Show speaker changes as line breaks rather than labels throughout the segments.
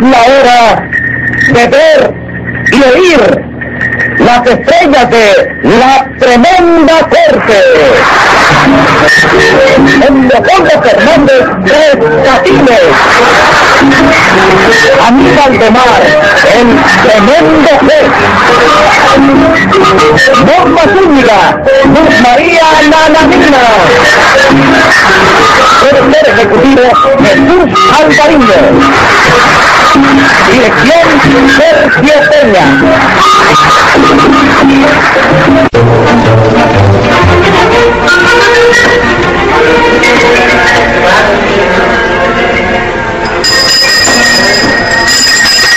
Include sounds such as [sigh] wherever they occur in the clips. la hora de ver y oír las estrellas de la tremenda corte. En Leopoldo Fernández Tres Catines. Aníbal de Mar, el tremendo juez. Norma Zúñiga, Luz María Nananina. Productor ejecutivo Jesús Alvarino. Dirección Sergio Peña.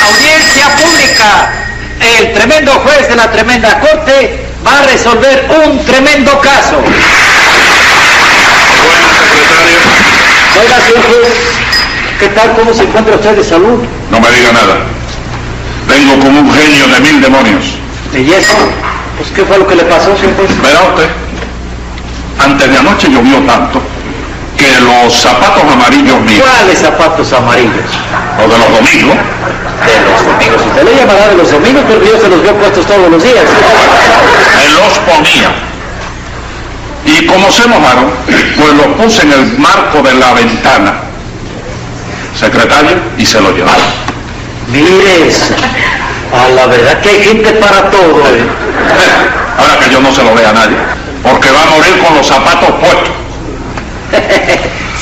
Audiencia pública. El tremendo juez de la tremenda corte va a resolver un tremendo caso.
Bueno, secretario,
Oiga, señor juez, ¿qué tal? ¿Cómo se encuentra usted de salud?
no me diga nada. Vengo como un genio de mil demonios.
Belleza. Pues, ¿qué fue lo que le pasó, señor juez?
Verá usted, antes de anoche llovió tanto que los zapatos amarillos míos,
¿Cuáles zapatos amarillos?
o de los domingos,
De los domingos. Usted le llamará de los domingos, pero yo se los veo puestos todos los días.
me los ponía. Y como se mojaron, pues los puse en el marco de la ventana, secretario, y se lo llevaron.
Mire eso. A la verdad que hay gente para todo. ¿eh? [laughs]
Ahora que yo no se lo vea a nadie, porque va a morir con los zapatos puestos.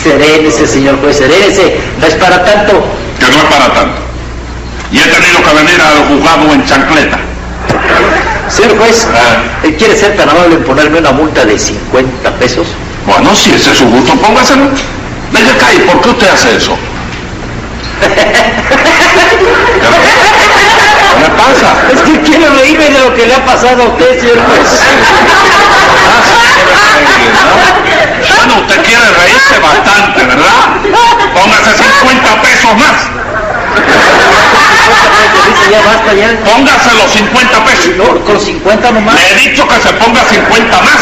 Serénese, señor juez, serénese. No es para tanto.
que no es para tanto. Y he tenido que venir al juzgado en chancleta.
Señor juez,
Ah.
¿eh, ¿quiere ser tan amable en ponerme una multa de 50 pesos?
Bueno, si ese es su gusto, póngaselo. Venga acá, ¿y por qué usted hace eso? ¿Qué le pasa?
Es que quiero reírme de lo que le ha pasado a usted, señor juez.
Bueno, usted quiere reírse bastante, ¿verdad? Póngase 50 pesos más.
Dice, ya basta, ya.
Póngase los 50 pesos.
No, con 50 nomás.
Le he dicho que se ponga 50
Ya
más.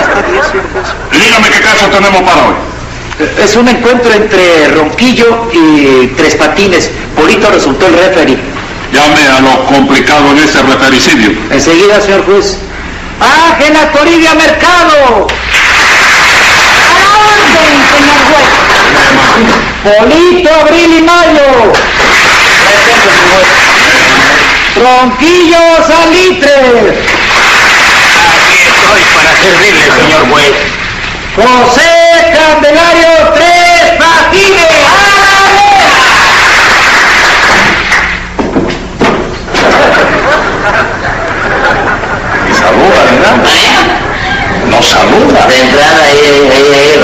está bien, señor juez.
Dígame qué caso tenemos para hoy.
Es un encuentro entre Ronquillo y Tres Patines. Polito resultó el referee.
Llame a los complicados en ese refericidio.
Enseguida, señor juez. ¡Ángela Toribia Mercado! ¡A la orden, señor juez! ¡Polito Abril y Mayo! ¡Tronquillo Salitre!
Aquí estoy para servirle, señor juez.
¡José Candelario Tres Patines!
Y saluda, ¿verdad? No saluda.
De entrada, ahí, ahí, ahí, ¿eh?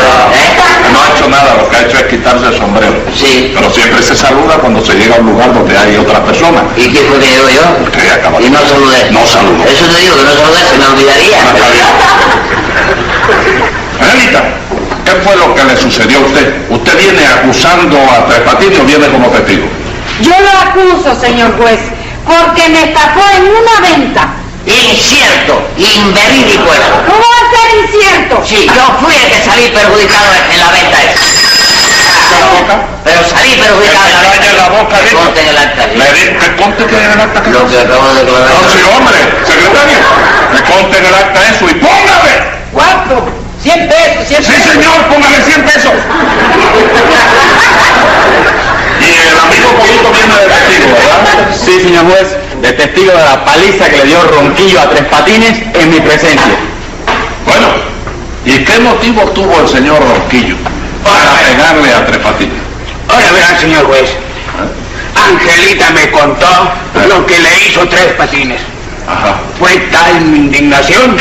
No ha hecho nada, lo que ha hecho es quitarse el sombrero.
Sí.
Pero siempre se saluda cuando se llega a un lugar donde hay otra persona.
¿Y qué fue que digo yo?
Que acaba
Y no saludé.
No saludó.
Eso te digo, que no saludé, se me olvidaría.
Ah, está bien. Angelita, ¿qué fue lo que le sucedió a usted? ¿Usted viene acusando a Tres Patines o viene como testigo?
Yo lo acuso, señor juez, porque me estafó en una venta.
Incierto, inverídico era.
¿Cómo va a ser incierto?
Sí, yo fui el que salí perjudicado en la venta esa.
¿La boca?
Pero salí
Que
perjudicado en la
se calle
venta.
la boca,
Que
dijo.
corten el acta.
Le di- que conste que en el acta que-
Lo que acabo de declarar.
No, sí, hombre, secretario. Que conste en el acta eso y póngale.
¿Cuánto? ¿100 pesos? ¿100
Sí, señor, póngale 100 pesos. Y el amigo Polito viene de testigo, ¿verdad?
Sí, señor juez, de testigo de la paliza que le dio Ronquillo a Tres Patines en mi presencia.
Bueno, ¿y qué motivo tuvo el señor Rosquillo para pegarle a Tres Patines?
Ahora verá, señor juez. Angelita me contó lo que le hizo Tres Patines.
Ajá.
Fue tal mi indignación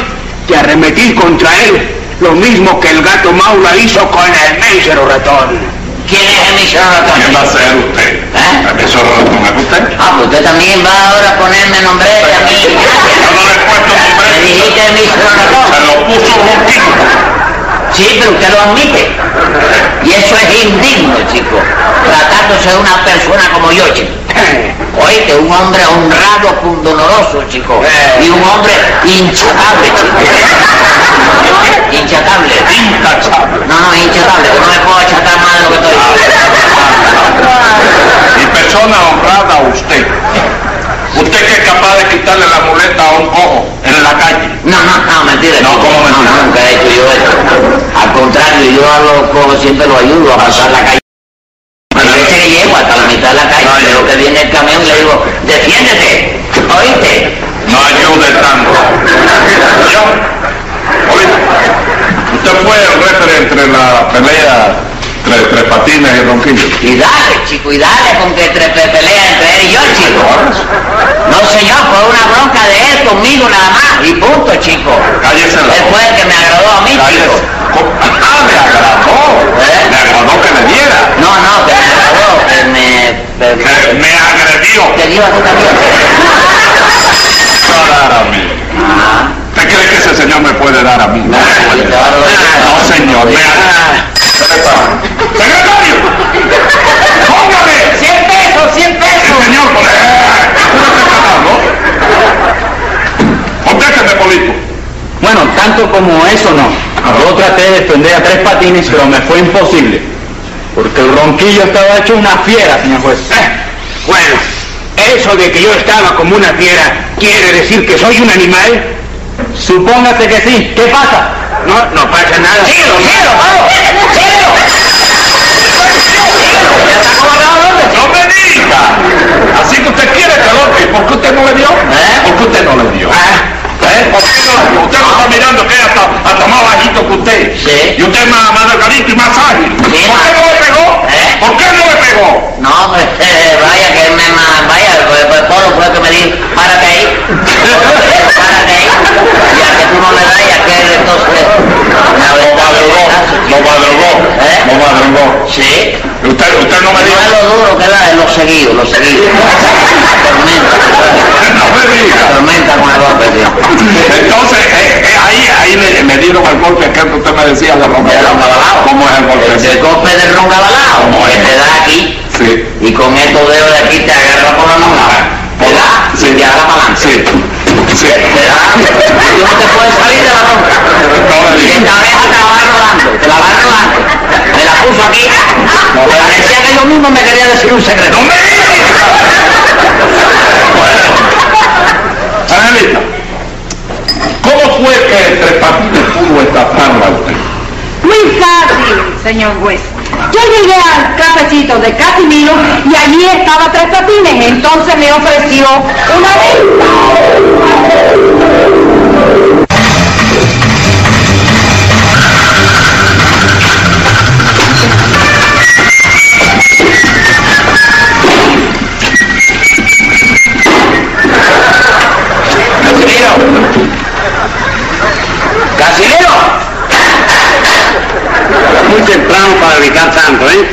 que arremetí contra él, lo mismo que el gato Maula hizo con el mísero ratón.
¿Quién es el miserable
¿Quién va a
ratón?
ser usted?
¿Eh?
¿Eso lo es usted?
Ah, pues usted también va ahora a ponerme nombre de a mí.
Yo no le he puesto
Me
nombre.
dijiste el mísero ratón.
Se lo puso Ronquillo.
Sí, pero usted lo admite. Y eso es indigno, chico. Tratándose de una persona como yo, chico. Oíste, un hombre honrado, pundonoroso, chico.
Eh.
Y un hombre hinchacable, chico. Hinchacable.
Intachable.
No, no, hinchacable. que No me puedo achatar más de lo que estoy.
Y persona honrada
siempre lo ayudo a pasar la calle. A veces que llego hasta la mitad de la calle, veo que viene el camión y le digo, defiéndete, ¿oíste?
No ayude tanto. Señor, oiga, usted fue el referee entre la pelea entre Tres Patines y Ronquillo.
Y dale, chico, y dale con que tre pe- pelea entre él y yo, chico. No, señor, fue una bronca de él conmigo nada más, y punto, chico.
Cállese la
Él
boca.
fue el que me agradó a mí,
Cállese.
chico.
¿Cómo? Ah, me agradó.
¿Eh?
Me agradó que me diera.
No, no, que me agradó, que me... que
Me, me agredió.
me- Te digo a ti
[laughs]
también.
No dar a mí.
Ah.
¿Usted cree que ese señor me puede dar a mí? No, me puede.
yo te ahorro de-
Ah, no señor. Me agredió. Secretario. Póngame.
100 pesos, 100
Sí,
pesos.
señor, por ¿no? Contésteme, Polito. Ah.
Bueno, tanto como eso no. Yo traté de defender a tres patines, pero me fue imposible. Porque el ronquillo estaba hecho una fiera, señor juez.
Eh,
Bueno, eso de que yo estaba como una fiera, ¿quiere decir que soy un animal?
Supóngase que sí. ¿Qué pasa?
No, no pasa nada.
¡Síguelo, síguelo, vamos! ¡Síguelo! ¡Síguelo! ¡Ya está colocado el hombre,
¡No me diga! Así que usted quiere que lo ¿Y por qué usted no le dio? ¿Por qué usted no le dio? ¿Eh? ¿Por qué no le dio? Usted lo está mirando que es hasta, hasta más bajito que usted.
Sí.
Y usted es más, más delgadito y más ágil. ¿Por qué
Sí, ma.
no le pegó?
¿Eh?
¿Por qué no le pegó?
No, hombre, eh, vaya que me ma- vaya, el- el polo fue que me dijo, párate ahí, párate ahí, ya que tú no le das, ya que él entonces la verdad
No madrugó.
Pues, ¿Eh?
No madrugó.
Sí,
Usted, usted no me
no
diga.
es lo duro que da, es lo seguido, lo seguido. La tormenta,
Usted no me
la
diga.
tormenta con el golpe, tío.
Entonces, eh, eh, ahí, ahí le, me dieron el golpe que usted me decía de romper.
Pero, cabalao.
¿Cómo es el golpe?
El, Pues el golpe del ron
¿Cómo
gabalao, que
es?
te da aquí,
Sí. Ah,
y con estos dedos de aquí te agarra por la mano, te da, y te agarra para
Sí.
adelante.
Sí.
Te da, y no te puedes salir de la
No
bronca.
me
Y
diga.
esta oreja te la va rodando, te la va rodando. Me la puso aquí, me parecía que yo mismo me quería decir un secreto.
¡No me digas! Angelita, ¿cómo fue que el Tres Patines pudo estafarlo a usted?
Muy fácil, señor juez. Yo llegué al cafecito de Casimiro y allí estaba Tres Patines. Entonces me ofreció una venta.
Casimiro. Casimiro.
Muy temprano para gritar tanto, ¿eh?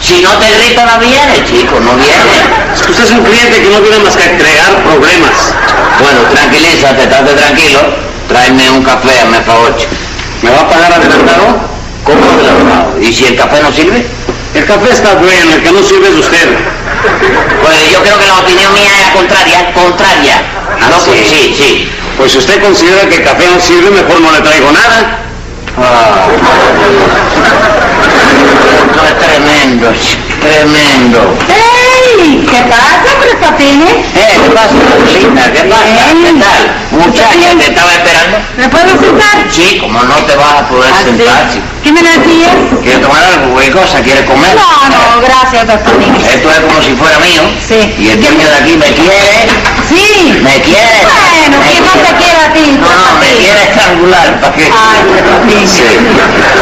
Si no te grito no viene, chico, no viene.
Es que usted es un cliente que no tiene más que crear problemas.
Bueno, tranquilízate, estate tranquilo. Tráeme un café, hazme el favor. chico.
¿Me va a pagar adelantado?
¿Cómo adelantado? ¿Y si el café no sirve?
El café está bueno, el que no sirve es usted.
Pues yo creo que la opinión mía es contraria, contraria.
Ah,
no,
sí.
pues sí, sí.
Pues si usted considera que el café no sirve, mejor no le traigo nada.
Ah. No, es tremendo, chico, tremendo.
¡Ey! ¿Qué pasa, Tres Patines?
Eh, ¿qué pasa, Rosita? ¿Qué pasa?
Ey.
¿Qué tal? Muchacha,
Bien.
te estaba esperando.
¿Me puedo sentar?
Sí, como no te vas a
¿Ah,
poder sentar,
Así.
chico.
¿Qué me decías?
¿Quieres tomar algo? ¿Qué cosa? ¿Quieres comer?
No, no, gracias, Tres Patines.
Esto es como si fuera mío.
Sí.
Y el dueño de aquí me quiere,
Sí.
me quiere.
Bueno,
me
¿quién no te quiere a ti?
No, no, me quiere estrangular, ¿para qué? [laughs]
Ay, Tres Patines.
Sí.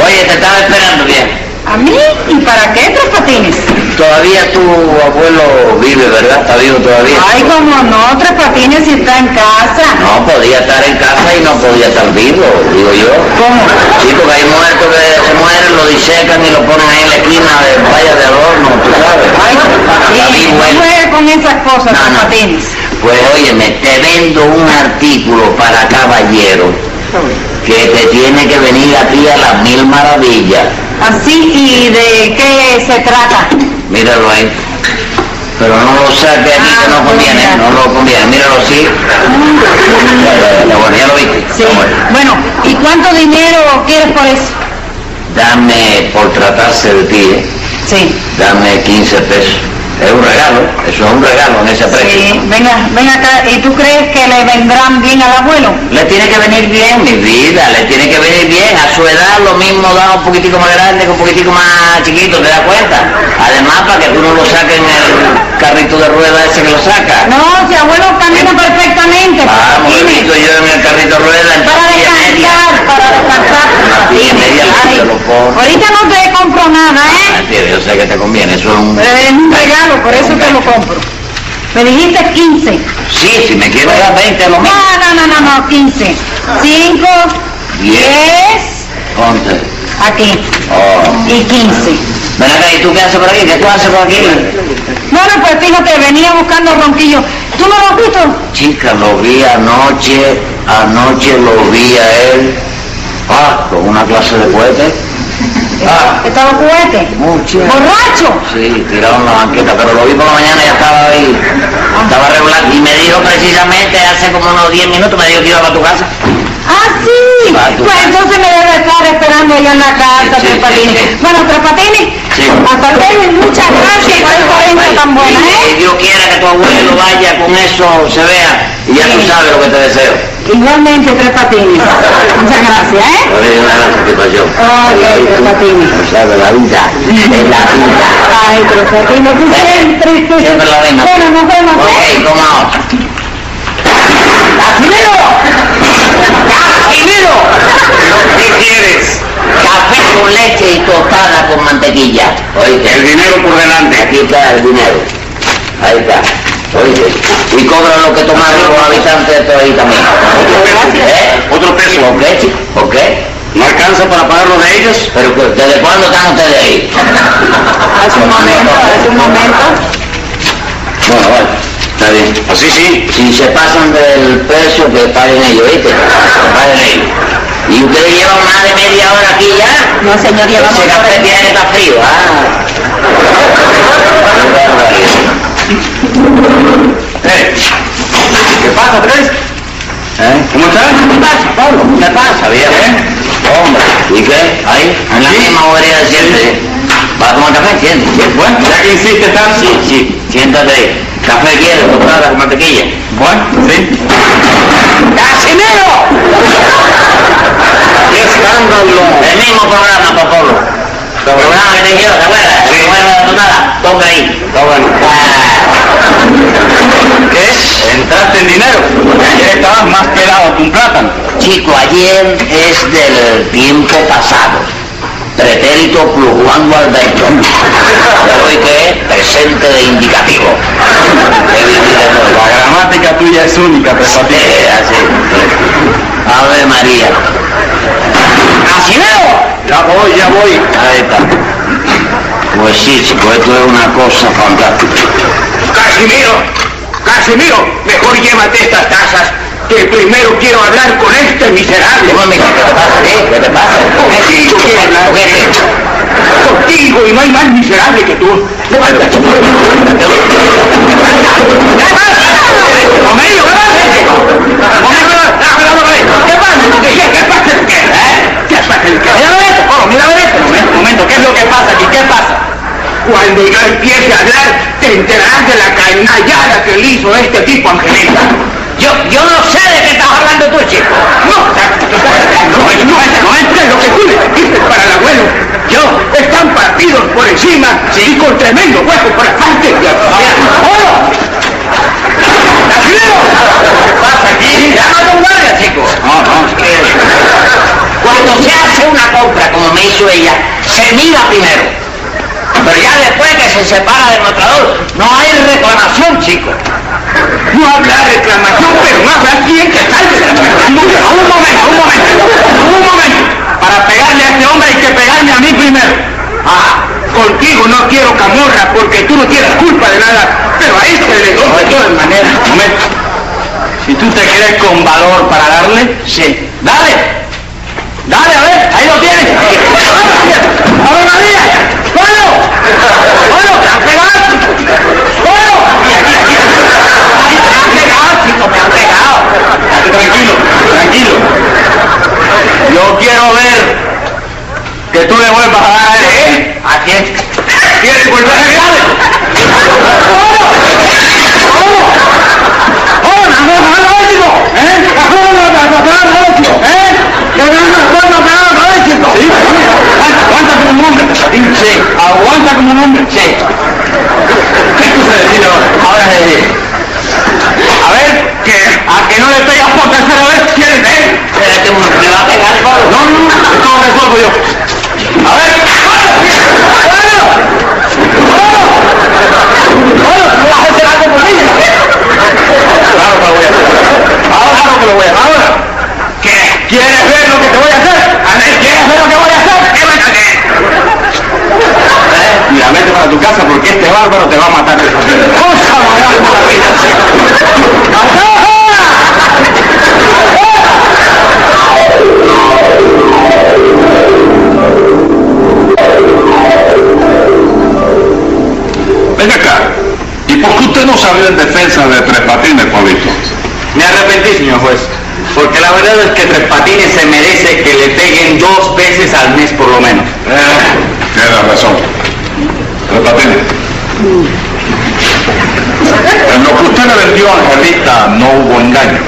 Oye, te estaba esperando bien.
¿A mí? ¿Y para qué Tres Patines?
Todavía tu abuelo vive, ¿verdad? Está vivo todavía.
Ay, como no, Tres Patines si está en casa.
No, podía estar en casa y no podía estar vivo, digo yo.
¿Cómo?
Sí, porque hay muertos que se mueren, lo disecan y lo ponen ahí en la esquina de vallas de adorno, tú sabes.
Ay,
Está
Patines,
vivo
no
él.
juegues con esas cosas,
No,
Tres
no.
Patines.
Pues óyeme, te vendo un artículo para caballero que te tiene que venir a ti a las mil maravillas.
Así, ¿y de qué se trata?
Míralo ahí. Pero no lo saque aquí que
Ah,
no conviene, no lo conviene. Míralo así. Ya, ya, ya, bueno, ya lo viste.
Mm. Sí.
Está bueno.
Bueno, ¿y cuánto dinero quieres por eso?
Dame, por tratarse de ti, ¿eh?
Sí.
dame 15 pesos. Es un regalo, eso es un regalo en ese precio.
Sí, venga, ven acá. ¿Y tú crees que le vendrán bien al abuelo?
Le tiene que venir bien, mi vida, le tiene que venir bien. A su edad lo mismo da un poquitico más grande que un poquitico más chiquito, ¿te das cuenta? Además, para que tú no lo saques en el carrito de rueda ese que lo saca.
No, si abuelo camina perfectamente.
Vamos,
Dime,
bebito, yo en el carrito de rueda en
Para
pastilla media.
descansar, para descansar.
Una pastilla media,
Ay,
yo lo pongo.
ahorita no te compro nada,
Ah,
¿eh?
tío, yo sé que te conviene, eso es un...
Pero es un regalo, por eso te lo compro. Me dijiste 15.
Sí, si me quieres dar 20 lo
No,
mismo.
no, no, no, no, 15. 5, 10,
Diez. 11.
aquí.
Oh.
Y 15.
Ven acá, ¿y tú qué haces por aquí? ¿Qué tú haces por aquí?
Bueno, pues fíjate, venía buscando ronquillo. ¿Tú no lo has visto?
Chica, lo vi anoche, anoche lo vi a él, ah, con una clase de cohete. Ah,
Estaba juguete.
mucho.
¿Borracho?
Sí, tirado en la banqueta, pero lo vi por la mañana y ya estaba ahí, estaba regular. Y me dijo precisamente hace como unos 10 minutos, me dijo que iba para tu casa.
Ah, sí.
Va, tú
Pues
vas.
entonces me debe estar esperando allá en la casa,
Sí, sí,
Tres Patines.
sí, sí.
Bueno, Tres Patines,
Sí.
hasta ustedes, muchas gracias por esta venta tan buena,
Y
¿eh?
que Dios quiera que tu abuelo vaya con eso, se vea, y ya tú
Sí.
sabes lo que te deseo.
Igualmente, Tres Patines. Muchas gracias, ¿eh?
Por eso una gran satisfacción.
Ok, Tres Patines.
O sea, de la vida, de la vida.
Ay, Tres Patines, tú siempre, tú
Siempre la misma.
Bueno, nos vemos, ¿eh?
Ok, toma otra.
¡Casimiro!
¡Casimiro!
[laughs]
¿Qué quieres?
Café con leche y tostada con mantequilla. Oíste.
El dinero por delante.
Aquí está el dinero. Ahí está. Oíste. Y cobra lo que tomaron los habitantes de todo ahí también.
Otro peso.
¿Eh?
Otro peso.
¿Por qué, chico? ¿Por qué?
¿No alcanza para pagar lo de ellos?
¿Pero que- desde cuándo están ustedes ahí?
Hace un momento, hace un momento.
Bueno, vale. Está bien.
Así Pues sí.
Si se pasan del precio, que paguen ellos, ¿viste? Que paguen ellos. ¿Y ustedes llevan más de media hora aquí ya?
No, señor, llevamos
Ese café tiene está frío, ah. Qué barbaridad.
Eh, ¿Qué pasa, Tres?
¿Eh?
¿Cómo estás?
¿Qué pasa, Pablo? ¿Eh? ¿Qué pasa, viejo? Hombre, ¿y qué? Ahí, en la misma bobería de siempre. ¿Va a tomar café? Siéntate. ¿Sí?
Bueno, ya que insiste tanto.
Sí, sí, siéntate ahí. ¿Café quieres, tostada con mantequilla?
Bueno, sí.
¡Casimiro!
¡Qué escándalo!
El mismo programa, papá Pablo. El programa que te quiero, ¿te acuerdas?
Sí.
¿Te acuerdas de la tonada? Toca ahí. Ah.
Está bueno. ¿Qué es? Entraste en dinero. Ayer estabas más pelado que un plátano.
Chico, ayer es del tiempo pasado. Pretérito plusguango al derecho. Pero hoy que es presente de
[laughs]
indicativo. He vivido en
La
el lugar.
gramática tuya es única, Tres Patines.
Eh, así. Ave María. ¡Así
Ya voy, ya voy.
Ahí está. Pues sí, chico, esto es una cosa fantástica.
Casimiro, Casimiro, mejor llévate estas tazas, que primero quiero hablar con este miserable.
Dime, ¿Qué te pasa, eh? ¿Qué te pasa?
Contigo quiero hablar.
¿Qué te pasa?
Contigo, y no hay más miserable que tú. Levántate. Comelio,
Ah,
levántate. Comelio, levántate. ¿Qué pasa? ¿Qué- qué- qué pasa? ¿Qué- eh? ¿Qué pasa? ¿Qué- Oh, mira, mira, esto. Un momento, ¿qué es lo que pasa aquí? ¿Qué pasa? Cuando yo empiece a hablar, te enterarás de la canallada que le hizo este tipo a Angelita.
Yo, yo no sé de qué estás hablando tú, chico.
No, no, es- no, es- no es lo que tú le dijiste para el abuelo. Yo, están partidos por encima y con tremendo hueco por la parte. ¡Hola!
¿Qué pasa aquí? Ya no te guardias, chico.
No, no.
Cuando se hace una compra, como me hizo ella, se mira primero. Pero ya después que se separa del mostrador, no hay reclamación, chico.
No habla reclamación, pero no habrá quien que salve de la reclamación. Un momento, un momento, un momento. Para pegarle a este hombre hay que pegarme a mí primero. Ah, contigo no quiero camorra porque tú no tienes culpa de nada, pero a este le doy de todas maneras.
Un momento. Si tú te crees con valor para darle,
Sí.
dale. Dale, a ver, ahí lo tienes.
¡Ahora María! ¡Bueno! ¡Bueno! ¡Te han pegado! ¡Bueno!
Ay, me han pegado, chico, me han pegado.
Tranquilo, tranquilo. Yo quiero ver que tú le vuelvas a dar, ¿eh?
¿A quién?
¿Quieres volver a darle? hombre.
Sí. ¿Qué tú se decir ahora? Ahora se decide.
A ver, que a que no le pegas por tercera vez, ¿quieres ver?
Espérate un momento, me va a pegar el palo.
No, no, no, esto lo resuelvo yo. A ver,
Claro que lo voy a hacer.
ahora
Claro que lo voy a hacer.
Ahora, ¿qué? ¿Quieres ver lo que te voy a hacer? A ver, ¿quieres ver lo que voy a hacer? ¿Qué Eh, voy a hacer?
Mira, vete para tu casa porque este bárbaro te va a matar de esa
¡Cosa moral por la vida!
Ven acá. ¿Y por qué usted no salió en defensa de Tres Patines, Pablito?
Me arrepentí, señor juez, porque la verdad es que Tres Patines se merece que le peguen dos veces al mes por lo menos.
Tienes Eh, razón. Tres Patines. En lo que usted le vendió a Angelita no hubo engaño.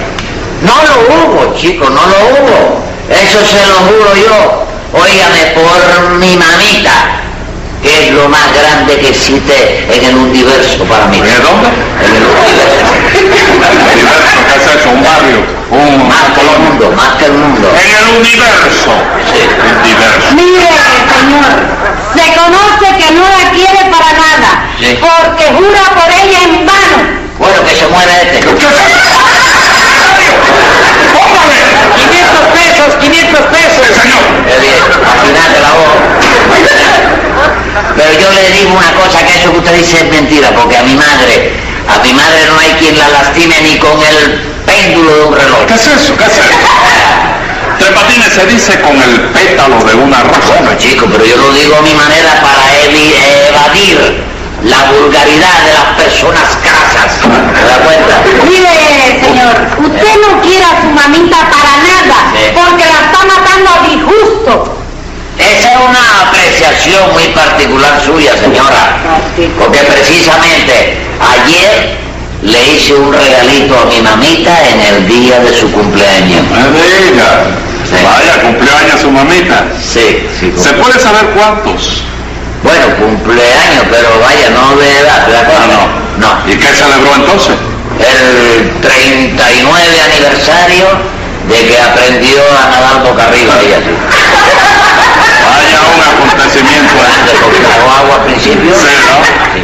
No lo hubo, chicos, no lo hubo. Eso se lo juro yo. Óigame, por mi mamita, que es lo más grande que existe en el universo para mí.
¿En el dónde?
En el universo.
El universo, ¿qué es eso? Un barrio, un
Más que el mundo, más que el mundo.
En el universo. El universo.
Mire, señor, se conoce que no la quiere para nada,
Sí.
porque jura por ella en vano.
Bueno, que se muera este.
500 pesos, 500 pesos.
Eh, bien, afinate la voz. Pero yo le digo una cosa, que eso que usted dice es mentira, porque a mi madre, a mi madre no hay quien la lastime ni con el péndulo de un reloj.
¿Qué es eso? ¿Qué es eso? Tres Patines se dice con el pétalo de una rosa.
Bueno, chicos, pero yo lo digo a mi manera para evi- evadir la vulgaridad de las personas casas. ¿Te das cuenta?
Mire, señor, usted no quiere a su mamita para nada,
Sí.
porque la está matando a disgusto.
Esa es una apreciación muy particular suya, señora. Porque precisamente ayer le hice un regalito a mi mamita en el día de su cumpleaños.
Me diga. Vaya, cumplió años su mamita.
Sí, sí. cum-
¿Se puede saber cuántos?
Bueno, cumpleaños, pero vaya, no de edad, ¿te das cuenta? No.
¿Y qué celebró entonces?
El 39 aniversario de que aprendió a nadar boca arriba ella. [laughs] sí.
Vaya un acontecimiento.
Grande, porque tragó agua al principio.
Sí, ¿no?
¿eh? Sí.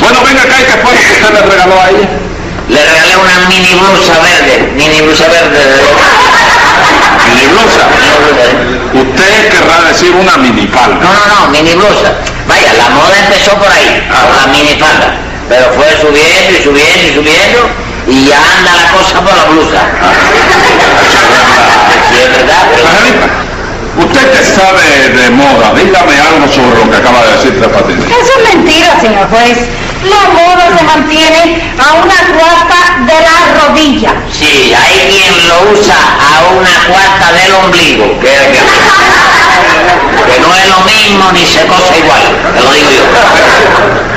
Bueno, venga acá y qué fue lo que usted le regaló a ella.
Le regalé una mini blusa verde, mini blusa verde de
Mini blusa. Usted querrá decir una mini
No,
palma.
no, no, mini blusa. Vaya, la moda empezó por ahí, con la mini falda. Pero fue subiendo y subiendo y subiendo y ya anda la cosa por la blusa. Sí, es verdad, pero-
Angelita, usted que sabe de moda, dígame algo sobre lo que acaba de decir Tres Patines.
Eso es mentira, señor juez. La moda se mantiene a una cuarta de la rodilla.
Sí, hay quien lo usa a una cuarta del ombligo, que, que- que no es lo mismo ni se cosa igual, te lo digo yo.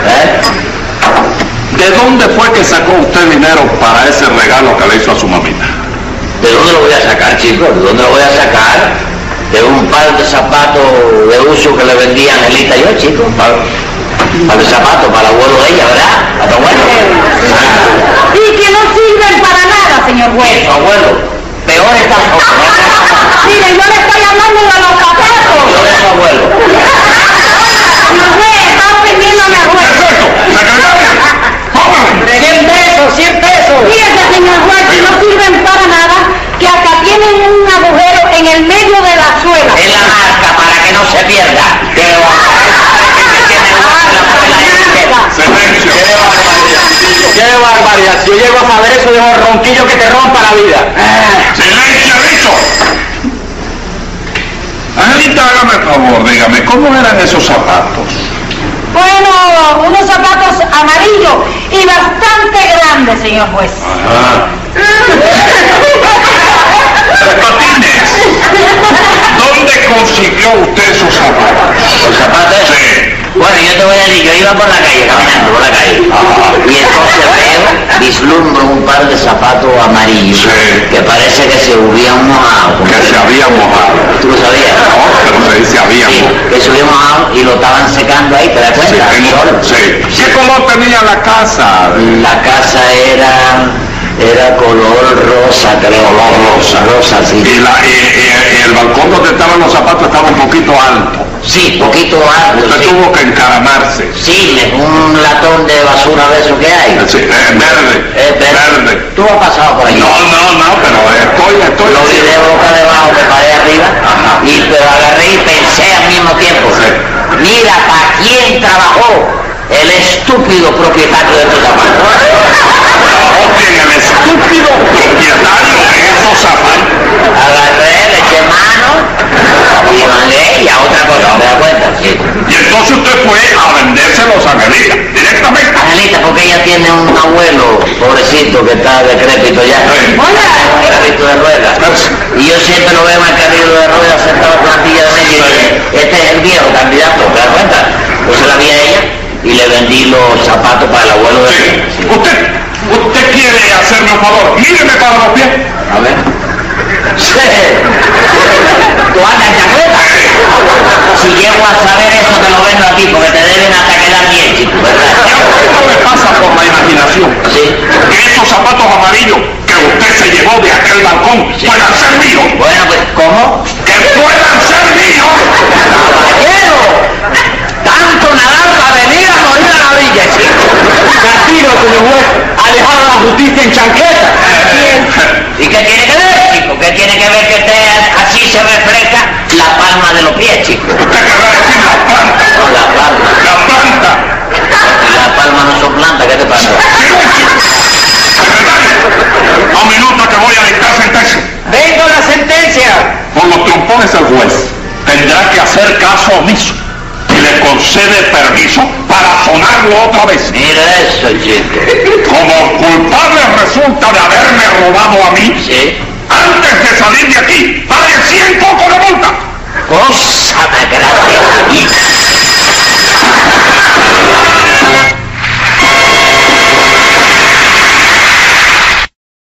¿Eh?
¿De dónde fue que sacó usted dinero para ese regalo que le hizo a su mamita?
¿De dónde lo voy a sacar, chicos? ¿De dónde lo voy a sacar? De un par de zapatos de uso que le vendía a Angelita yo, chicos. Un par, un par de zapatos para el abuelo de ella, ¿verdad? A tu abuelo. Ah,
Y que no sirven para nada, señor
tu
juez.
abuelo. Peor está.
Mire, yo le estoy hablando de los zapatos.
Peor es tu abuelo.
Señor juez, está ofendiendo a mi abuelo.
¡Póngale!
100 pesos, 100 pesos.
Fíjese, señor juez, que no sirven para nada, que acá tienen un agujero en el medio de la suela.
Es la marca para que no se pierda. ¡Qué barbaridad! Tiene marca para que la gente-
¡Silencio!
¡Qué barbaridad! Si yo llego a saber eso, dejo el ronquillo que te rompa la vida.
Ah.
¡Silencio, dicho! Angelita, hágame el favor, dígame, ¿cómo eran esos zapatos?
[laughs] Bueno, unos zapatos amarillos y bastante grandes, señor
[laughs]
juez.
Ah. Tres patines. ¿Dónde consiguió usted sus zapatos?
¿Los zapatos?
Sí.
Bueno, yo te voy a decir, yo iba por la calle, caminando por la calle. Y entonces veo, vislumbro un par de zapatos amarillos
Sí.
que parece que se hubieran mojado.
Que se había mojado.
¿Tú lo sabías?
No, pero se dice había
Sí,
mojado.
que se hubieran mojado y lo estaban secando ahí, ¿te das
Sí,
cuenta?
tengo-
Sol.
sí. ¿Qué color tenía la casa?
La casa era, era color rosa, creo.
Color rosa.
Rosa, sí.
Y, la- y- y- y el balcón donde estaban los zapatos estaba un poquito alto.
Sí, poquito alto,
Usted
sí.
tuvo que encaramarse.
Sí, le- un latón de basura de eso que hay.
Sí, eh, verde,
Eh, pero-
verde.
Tú has pasado por allí.
No, no, no, pero estoy, estoy.
Lo vi de boca debajo, me paré arriba, y pero agarré y pensé al mismo tiempo.
Sí.
Mira, ¿para quién trabajó el estúpido propietario de tu zapatos?
Oye, el estúpido propietario de esos zapatos.
Agarré, le eché mano, y mandé y a otra cosa, ¿te das cuenta? Sí.
Y entonces usted fue a vendérselos a Angelita, directamente.
Angelita, porque ella tiene un abuelo, pobrecito, que está decrépito ya.
Sí.
Hola. Decrépito de ruedas. Y yo siempre lo veo en el carril de ruedas sentado en la silla de medio. y dije, Este es el viejo candidato, ¿te das cuenta? Yo se la vi a ella y le vendí los zapatos para el abuelo de
Sí.
ella.
Usted, usted quiere hacerme un favor. Míreme para los pies.
A ver. Sí. [laughs] ¿Tú andas en chancleta? Si llego a saber eso, te lo vendo a ti, porque te deben hasta quedar bien, chico,
Ya
¿verdad?
usted no le pasa por la imaginación.
Sí.
Que esos zapatos amarillos que usted se llevó de aquel balcón puedan ser míos.
Bueno, pues, ¿cómo?
Que puedan ser míos.
¡Caballero! ¡Tanto naranja venir a morir a la villa, chico!
Castigo, señor juez, ha dejado la justicia en chanqueta.
¿Y qué tiene que ver, chico? ¿Qué tiene que ver que esté así se refleja la palma de los pies, chico?
Usted querrá decir la planta.
No, la palma.
La planta.
La palma no son plantas, ¿qué te pasa?
Secretario, a un minuto que voy a dictar sentencia.
¡Vengo la sentencia!
Por los trompones el juez tendrá que hacer caso omiso y le concede permiso para sonarlo otra vez.
Mira eso, chico.
Como culpable resulta de haberme robado a mí,
Sí.
antes de salir de aquí, pague 100 cocos de multa.
Cosa más grande.